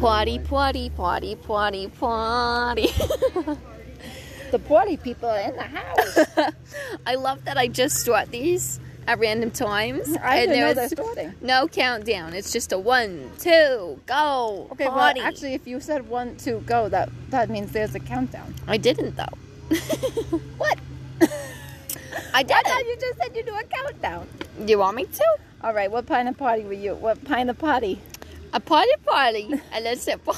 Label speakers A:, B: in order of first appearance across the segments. A: Potty, potty, potty, potty, potty.
B: The party people are in the house.
A: I love that I just start these at random times.
B: I didn't know
A: there's
B: they're starting.
A: No countdown. It's just a one, two, go.
B: Okay,
A: potty.
B: well, actually, if you said one, two, go, that that means there's a countdown.
A: I didn't though.
B: What?
A: I
B: I thought
A: didn't.
B: you just said you do a countdown.
A: You want me to?
B: All right, what kind of party were you? What kind of party?
A: A potty party. I let's say po-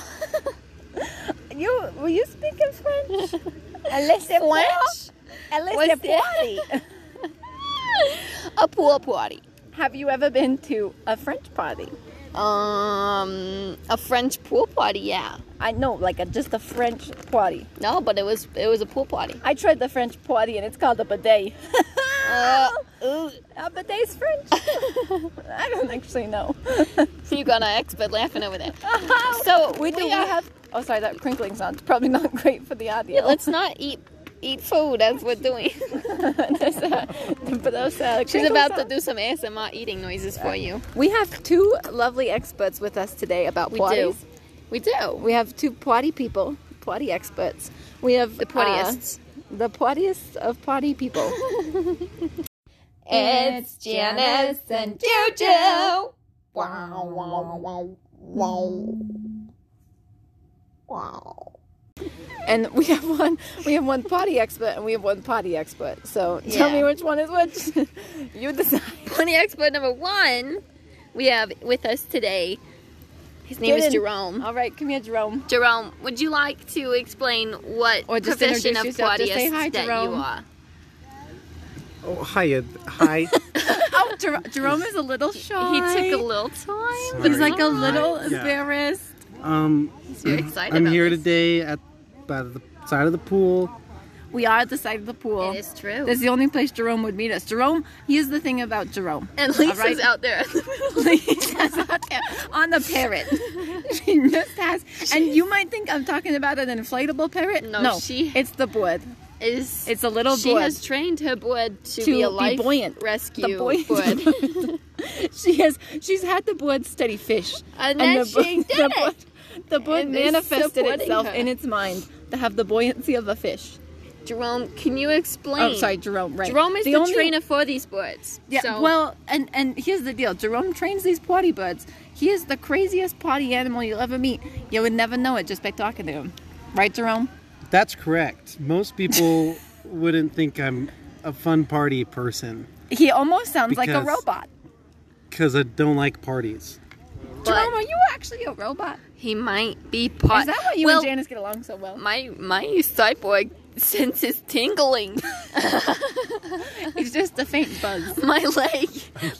B: You were you speaking French? Unless it
A: French? What's
B: Unless party.
A: that? a pool party.
B: Have you ever been to a French party?
A: Um, a French pool party. Yeah.
B: I know, like a, just a French party.
A: No, but it was it was a pool party.
B: I tried the French party, and it's called a bidet.
A: Uh,
B: Oh. a bidet's French. I don't actually know.
A: you got an expert laughing over there.
B: so
A: So,
B: we do.
A: we
B: We,
A: are-
B: have. Oh, sorry, that crinkling's not probably not great for the audio.
A: Let's not eat eat food as we're doing.
B: There's a- but those, uh,
A: She's
B: crinkle
A: about to
B: sound.
A: do some ASMR eating noises for you.
B: We have two lovely experts with us today about
A: We
B: potties.
A: do. We do.
B: We have two potty people, potty experts. We have uh,
A: The pottiest.
B: the pottiest of potty people. Uh,
A: It's Janice and Juju. Wow, wow, wow, wow. Wow.
B: and we have one we have one potty expert and we have one potty expert. So tell
A: Yeah.
B: me which one is which. you decide.
A: Plenty expert number one we have with us today. His name
B: Get
A: is
B: in.
A: Jerome.
B: All right, come here, Jerome.
A: Jerome, would you like to explain what
B: Or just
A: profession
B: introduce
A: of
B: yourself. Just say
A: pottyist
B: hi,
A: that
B: Jerome.
A: you are?
C: Oh, hi, uh, hi.
B: Oh, Jer- Jerome is a little shy.
A: He took a little time.
C: Sorry.
B: He's like a
C: Hi.
B: little
C: Yeah.
B: embarrassed.
C: Um,
A: He's very excited.
C: I'm
A: about
C: here
A: this.
C: today at by the side of the pool.
B: We are at the side of the pool.
A: It is true.
B: That's the only place Jerome would meet us. Jerome, here's the thing about Jerome.
A: and Lisa's
B: All right.
A: out there.
B: Lisa's out there on the parrot. she just has, and you might think I'm talking about an inflatable parrot.
A: No, she-
B: It's the board.
A: is
B: It's a little
A: she
B: board.
A: has trained her board to,
B: To
A: be a
B: be
A: life
B: buoyant.
A: rescue
B: The buoyant-
A: board.
B: she has. She's had the board study fish,
A: And then she
B: board-
A: did
B: the
A: it.
B: board, the board
A: And it's
B: manifested
A: supporting
B: itself
A: her.
B: in its mind to have the buoyancy of a fish.
A: Jerome, can you explain?
B: Oh, sorry, Jerome. Right.
A: Jerome is the,
B: only-
A: trainer for these boards.
B: Yeah.
A: So
B: Well, and and here's the deal. Jerome trains these potty birds. He is the craziest potty animal you'll ever meet. You would never know it just by talking to him, right, Jerome?
C: That's correct. Most people wouldn't think I'm a fun party person
B: He almost sounds like a
C: Because-
B: robot.
C: because I don't like parties.
A: but
B: Jerome, are you actually a robot?
A: he might be pot.
B: Is that why you
A: well,
B: and Janice get along so well?
A: My my cyborg sense is tingling.
B: It's just a faint buzz.
A: my leg,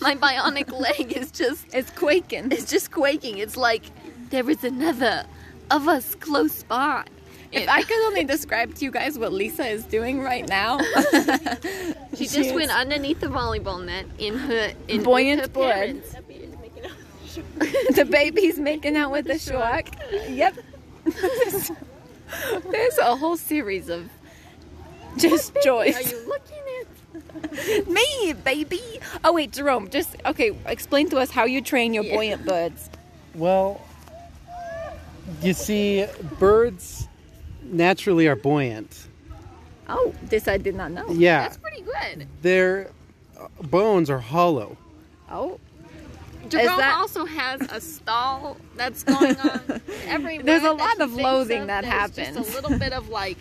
A: my bionic leg is just
B: It's quaking.
A: it's just quaking. It's like there is another of us close by.
B: If I could only describe to you guys what Lisa is doing right now,
A: She just
B: She is-
A: went underneath the volleyball net in her in with
B: Buoyant
A: her
B: board.
A: parents.
B: the baby's making out with the shark. Yep. There's a whole series of just
A: Are
B: joys.
A: you looking at?
B: Me, baby. Oh wait, Jerome. Just okay. Explain to us how you train your
A: Yeah.
B: buoyant birds.
C: Well, you see, birds naturally are buoyant.
B: Oh, this I did not know.
C: Yeah,
A: That's pretty good.
C: their uh, bones are hollow.
B: Oh,
A: Jerome
B: that-
A: also has a stall that's going on. Every
B: There's a
A: word that
B: lot
A: she
B: of
A: thinks
B: loathing
A: of,
B: that
A: there's
B: happens.
A: Just a little bit of like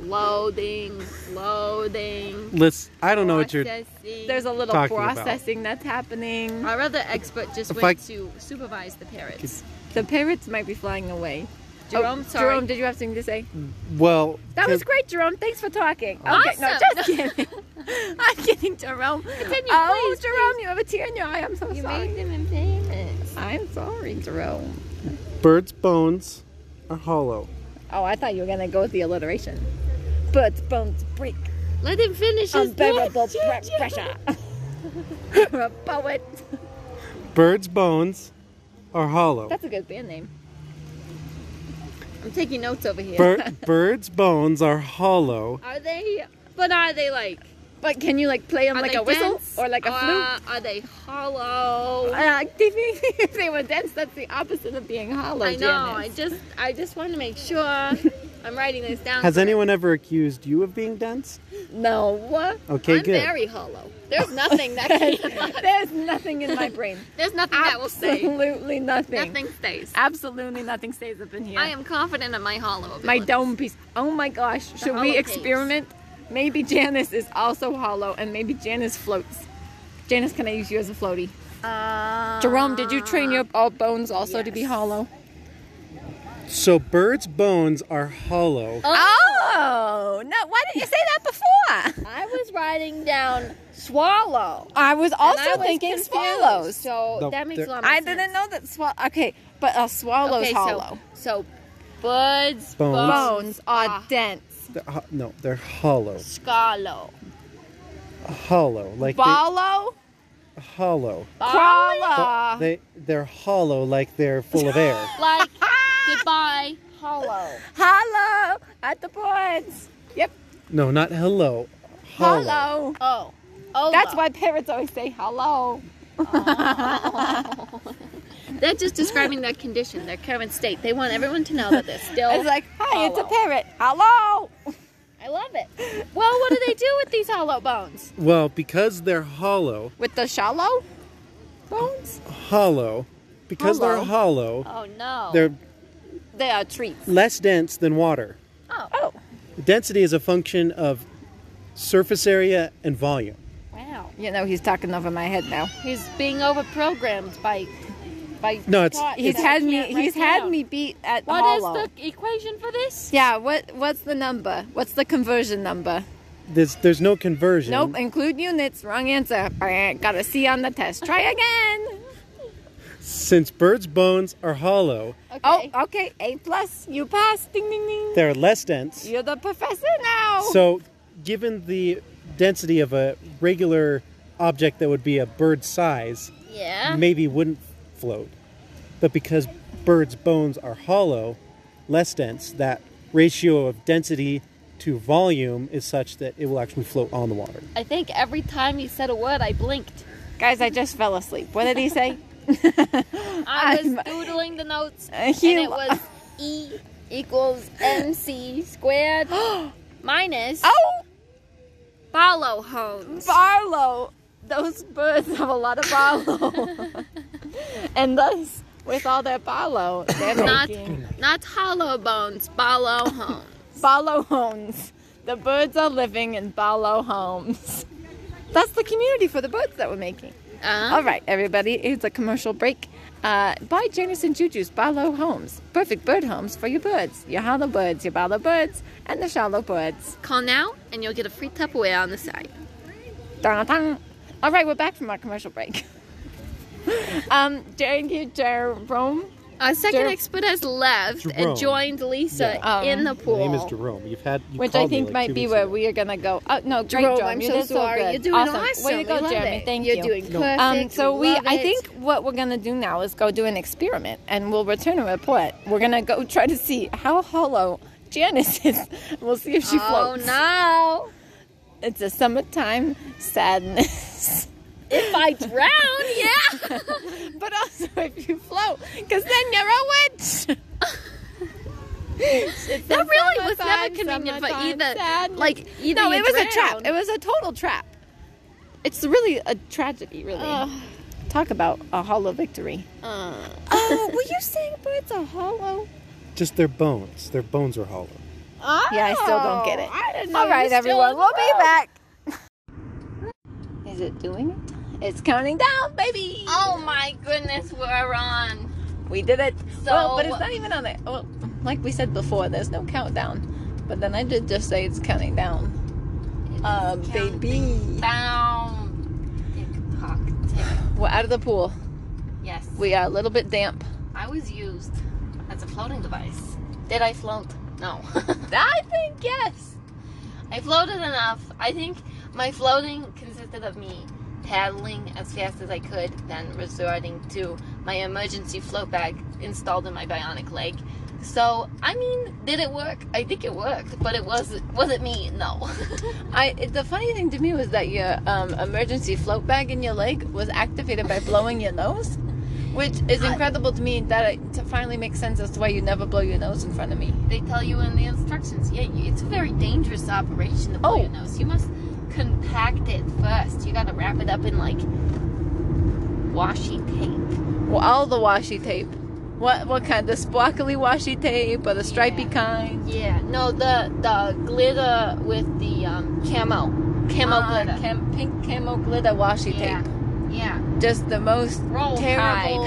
A: loathing, loathing.
C: Let's. I don't know
A: Oh,
C: what you're.
A: processing.
B: there's a little
C: Talking about-
B: processing that's happening.
A: Our other expert just
C: If
A: went
C: I-
A: to supervise the parrots.
B: The parrots might be flying away. Oh,
A: Jerome, sorry.
B: Jerome, did you have something to say?
C: Well,
B: That was
C: can-
B: great, Jerome. Thanks for talking. Okay, no,
A: Awesome.
B: just kidding. I'm kidding, Jerome. oh,
A: please,
B: Jerome, you have a tear in your eye. I'm so
A: you
B: sorry.
A: made them infamous.
B: I'm sorry, Jerome.
C: Birds' bones are hollow.
B: Oh, I thought you were gonna go with the alliteration. But bones break
A: Let him finish his
B: unbearable
A: thought,
B: pre-
A: Juju.
B: pressure. You're a poet.
C: Birds' bones are hollow.
B: That's a good band name.
A: I'm taking notes over here.
C: Bir- birds' bones are hollow.
A: Are they? But are they like?
B: But can you like play them
A: Are
B: like
A: they
B: a whistle
A: dense?
B: or like a flute?
A: Uh, Are they hollow?
B: Uh, if they were dense, that's the opposite of being hollow.
A: I know. I
B: Janice.
A: just I just want to make sure I'm writing this down.
C: Has
A: so that-
C: anyone ever accused you of being dense?
B: No. What?
C: Okay,
A: I'm
C: good.
A: very hollow. There's nothing that can.
B: There's nothing in my brain.
A: There's nothing that will stay.
B: Absolutely nothing.
A: Nothing stays.
B: Absolutely nothing stays up in here.
A: I am confident in my hollow. Ability.
B: my dome piece. Oh my gosh. Should
A: hollow
B: we
A: piece.
B: experiment? Maybe Janice is also hollow and maybe Janice floats. Janice, can I use you as a floaty?
A: Uh,
B: Jerome, did you train your all bones also to be
A: yes.
B: hollow?
C: So birds' bones are hollow.
B: Oh, no. Why didn't you say that before?
A: I was writing down swallow.
B: I was
A: and
B: also
A: I was
B: thinking
A: confused,
B: swallows.
A: So
C: No,
A: that makes a
C: they're-
A: lot. Of
B: I
A: sense.
B: didn't know that swallow. Okay, but a swallow's
A: Okay, so-
B: hollow.
A: So, buds,
C: Bones.
B: bones are
A: Ah.
B: dense.
C: They're ho- uh, no, they're hollow.
A: Scalo.
C: Hollow, like they,
B: Ballo,
C: hollow.
B: crawler.
C: They they're hollow, like they're full of air.
A: Like goodbye, hollow.
B: Hollow at the points. Yep.
C: No, not hello. Hollow.
B: Hollow.
A: Oh, oh.
B: That's why parrots always say hello.
A: They're just describing their condition, their current state. They want everyone to know that they're still.
B: It's like, hi, it's a
A: Hollow.
B: parrot. Hello.
A: I love it. Well, what do they do with these hollow bones?
C: Well, because they're hollow,
B: With the shallow bones,
C: hollow, because they're hollow,
A: Oh no.
C: they're
B: they are treats.
C: less dense than water.
A: oh
B: Oh,
C: Density is a function of surface area and volume.
A: wow.
B: you know he's talking over my head now.
A: He's being overprogrammed by, by.
C: No, it's-
A: thought
B: He's
A: that
B: had
A: I
B: me.
A: can't write
B: He's had
A: down.
B: me beat at
A: What is
B: hollow.
A: the equation for this?
B: yeah. What? What's the number? What's the conversion number?
C: There's there's no conversion.
B: Nope, include units. Wrong answer. Got a C on the test. Try again.
C: Since birds' bones are hollow,
A: Okay.
B: Oh, okay. A plus. You passed. Ding, ding, ding.
C: they're less dense.
B: You're the professor now.
C: So, given the density of a regular object that would be a bird size,
B: Oh.
A: Yeah.
B: Ah.
C: maybe wouldn't float. But because birds' bones are hollow, less dense, that ratio of density to volume is such that it will actually float on the water.
A: I think every time he said a word, I blinked.
B: Guys, I just fell asleep. What did he say?
A: I was
B: I'm-
A: doodling the notes,
B: Uh, he-
A: and it was E equals MC squared minus
B: oh,
A: Barlow homes.
B: Barlow. Those birds have a lot of Barlow. and thus, with all their Barlow, they're
A: not,
B: making
A: not hollow bones, Barlow homes.
B: Barlow homes. The birds are living in Barlow homes. That's the community for the birds that we're making.
A: Uh,
B: All right, everybody, it's a commercial break. Uh, buy Janice and Juju's Barlow Homes. Perfect bird homes for your birds. Your hollow birds, your Barlow birds, and the shallow birds.
A: call now, and you'll get a free Tupperware on the side.
B: Dun, dun. All right, we're back from our commercial break. um, thank you, Jerome.
A: Our second
B: Jer-
A: expert has left
C: Jerome.
A: and joined Lisa
B: Yeah. Um,
A: in the
C: My
A: pool.
C: name is Jerome. You've had you
B: Which
C: called
B: I
C: me,
B: think
C: like, two
B: might be
C: weeks
B: where
C: ago.
B: we are gonna go. Oh no, great,
A: Jerome,
B: Jerome.
A: I'm
B: you
A: so
B: did
A: sorry.
B: good.
A: You're doing
B: awesome.
A: awesome.
B: Way to go,
A: We love
B: Jeremy.
A: it.
B: Thank
A: You're
B: you.
A: doing perfect.
B: Um, so we,
A: love
B: I
A: it.
B: think what we're gonna do now is go do an experiment, and we'll return a report. We're gonna go try to see how hollow Janice is. We'll see if she
A: Oh
B: floats.
A: no!
B: It's a summertime sadness.
A: If I drown, yeah.
B: but also if you float, because then you're a witch.
A: that really was never
B: summertime,
A: convenient for
B: summertime
A: either.
B: sadness.
A: Like either
B: no,
A: you
B: it was a
A: drown-
B: trap. It was a total trap. It's really a tragedy, really.
A: Ugh.
B: Talk about a hollow victory.
A: Uh,
B: Oh, were you saying birds are hollow?
C: Just their bones. Their bones are hollow.
B: Yeah, I still don't get it.
A: I didn't know
B: All
A: you
B: right,
A: still
B: everyone,
A: in the
B: we'll be
A: room.
B: back. Oh. Is it doing it? It's counting down, baby.
A: Oh my goodness, we're on.
B: We did it.
A: So-
B: well, but it's not even on there. Well, like we said before, there's no countdown. But then I did just say it's counting down. Uh,
A: counting
B: baby.
A: Bound. Tick tock tick.
B: We're out of the pool.
A: Yes.
B: We are a little bit damp.
A: I was used as a floating device. Did I float? No.
B: I think yes.
A: I floated enough. I think my floating consisted of me paddling as fast as I could, then resorting to my emergency float bag installed in my bionic leg, So I mean, did it work? I think it worked, but it was wasn't me. No.
B: I it- the funny thing to me was that your um, emergency float bag in your leg was activated by blowing your nose, which is
A: I-
B: incredible to me. That it to finally makes sense as to why you never blow your nose in front of me.
A: they tell you in the instructions. Yeah, you- it's a very dangerous operation to blow
B: Oh.
A: your nose. You must compact it first. You gotta wrap it up in like washi tape.
B: Well, all the washi tape. What what kind? The sparkly washi tape or the stripy
A: Yeah.
B: kind?
A: Yeah. No, the the glitter with the um, camo, camo
B: Ah,
A: glitter.
B: cam- pink camo glitter washi
A: yeah.
B: tape.
A: Yeah.
B: Just the most
A: Roll
B: terrible.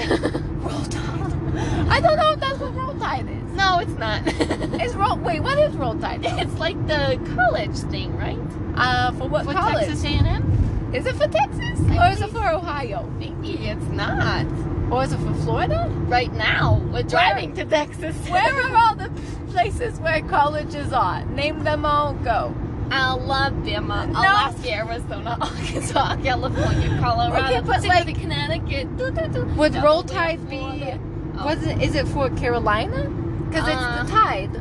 A: Tide.
B: Roll Tide. I don't know if that's what Roll Tide is.
A: no, it's not.
B: It's roll. Wait, what is Roll Tide?
A: it's like the college thing, right?
B: Uh, for what
A: For
B: college?
A: Texas A&M?
B: Is it for Texas?
A: I
B: Or is it
A: think-
B: for Ohio?
A: Maybe it's not.
B: Or is it for Florida?
A: Right now, we're driving to Texas.
B: Where are all the places where colleges are? Name them all, go.
A: Alabama,
B: No.
A: Alaska, Arizona, Arkansas, California, Colorado,
B: Okay, but,
A: Mississippi,
B: like,
A: Connecticut. Do, do, do.
B: Would
A: Double
B: Roll
A: D,
B: Tide be.
A: Florida. Oh.
B: Was it, is it for Carolina? Because
A: Uh,
B: it's the tide,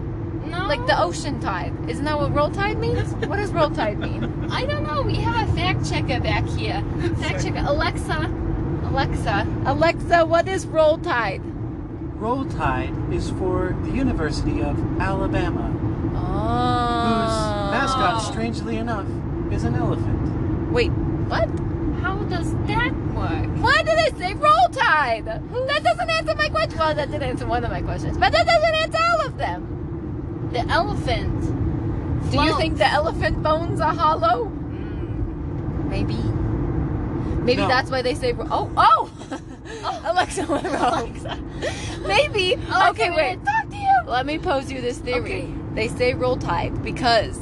A: No,
B: like the ocean tide. Isn't that what roll tide means? What does roll tide mean?
A: I don't know. We have a fact checker back here. Fact checker, Alexa, Alexa.
B: Alexa, what is roll tide?
C: Roll Tide is for the University of Alabama,
B: Oh. Whose
C: whose mascot, strangely enough, is an elephant.
B: Oh. Wait, what?
A: How does that work?
B: Why did I say roll tide? That doesn't answer my question. Well, that did answer one of my questions, but that doesn't answer all of them.
A: The elephant.
B: Do you
A: floats.
B: think the elephant bones are hollow?
A: Mm.
B: Maybe. Maybe
C: No.
B: that's why they say. Oh, oh! Alexa went wrong. Maybe.
A: Oh. Alexa,
B: okay,
A: we
B: wait.
A: didn't Talk to you.
B: Let me pose you this theory.
A: Okay.
B: They say roll tide because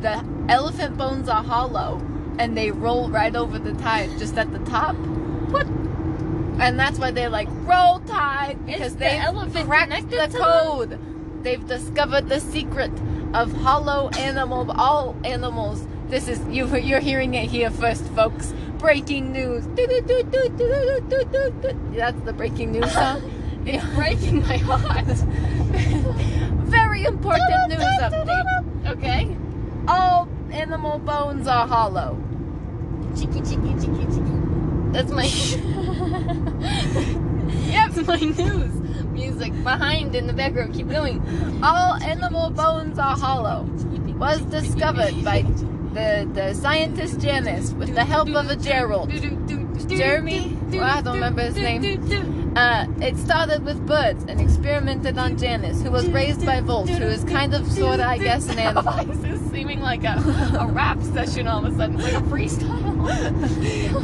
B: the elephant bones are hollow and they roll right over the tide just at the top. What? And that's why they're like roll tide because
A: the
B: they
A: elephant
B: cracked
A: connected
B: the
A: to them?
B: code. They've discovered the secret of hollow animal all animals. This is you you're hearing it here first folks. Breaking news. That's the breaking news song.
A: It's breaking my heart.
B: Very important news update.
A: Okay.
B: All animal bones are hollow.
A: Chicky, chicky, chicky, chicky. That's my. yep, my news music behind in the background. Keep going.
B: All animal bones are hollow. Was discovered by the, the scientist Janice with the help of a Gerald. Jeremy? Well, I don't remember his
A: name.
B: Uh, it started with birds and experimented on Janice, who was raised by Volt, who is kind of, sort of, I guess, an animal.
A: Why is this seeming like a, a rap session all of a sudden? It's like a freestyle.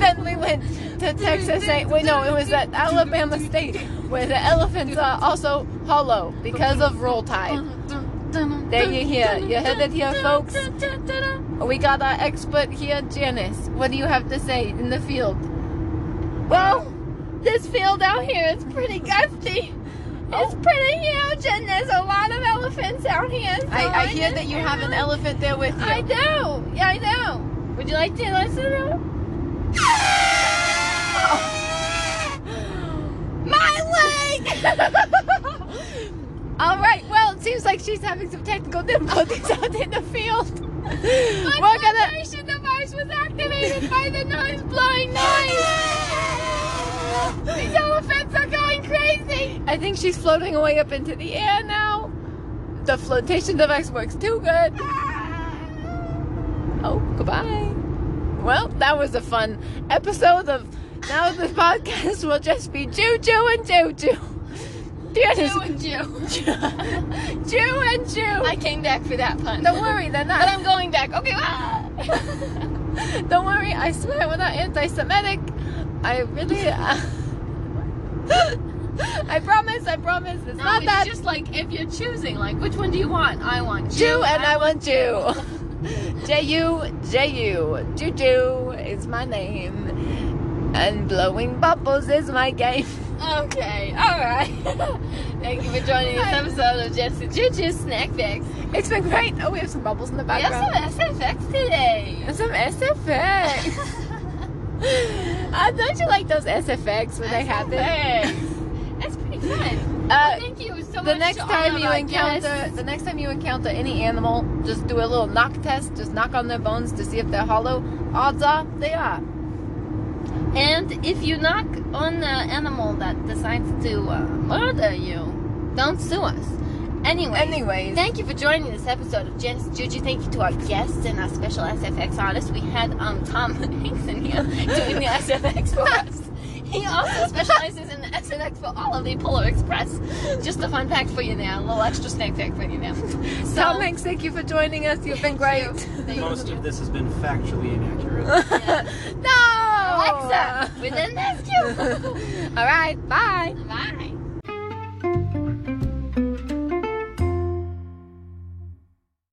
B: then we went to Texas. A- Wait, no, it was at Alabama State, where the elephants are also hollow because of roll tide. There you hear. You heard it here, folks. We got our expert here, Janice. What do you have to say in the field?
A: Well, this field out here is pretty gusty. It's pretty huge, and there's a lot of elephants out here. so
B: I, I hear that you
A: just-
B: have an elephant there with
A: I
B: you.
A: do. Yeah, I know. Would you like to listen to them? My leg!
B: All right. Well, it seems like she's having some technical difficulties out in the field. We're gonna.
A: vibration device was activated by the noise blowing noise. These elephants are going crazy.
B: I think she's floating away up into the air now. The flotation device works too good. Oh, goodbye. Well, that was a fun episode of now the podcast will just be Juju and Juju. Janice,
A: Jew and Jew.
B: Jew and Jew.
A: I came back for that pun.
B: Don't worry, they're
A: But
B: not.
A: I'm going back. Okay. ah.
B: Don't worry, I swear we're not anti-Semitic. I really. uh, I promise. I promise. It's
A: No,
B: not
A: it's
B: that
A: just like if you're choosing, like which one do you want? I want
B: Jew and I want you. Ju, Ju, Juju is my name, and blowing bubbles is my game.
A: Okay, all right. Thank you for joining this episode of Jets and Juju Snack Fix.
B: It's been great. Oh, we have some bubbles in the
A: We have
B: background.
A: some SFX today.
B: And some SFX. uh, don't you like those SFX when they happen?
A: That's pretty fun.
B: Uh,
A: Thank you so so
B: the
A: much
B: next
A: to
B: time
A: honor
B: you
A: about
B: encounter
A: guests.
B: the next time you encounter any animal, just do a little knock test. Just knock on their bones to see if they're hollow. Odds are they are.
A: And if you knock on the animal that decides to uh, murder you, don't sue us. Anyway,
B: Anyways.
A: thank you for joining this episode of Jen's Juju. Thank you to our guests and our special SFX artist. We had um, Tom Hanks in here doing the SFX for us. He also specializes in the SFX for all of the Polar Express. Just a fun fact for you now, a little extra snack fact for you now. So,
B: Tom Hanks, thank you for joining us. You've been great.
A: Thank
D: Most
A: you.
D: of this has been factually inaccurate.
B: No,
A: Alexa, we didn't ask you.
B: All right, bye.
A: Bye.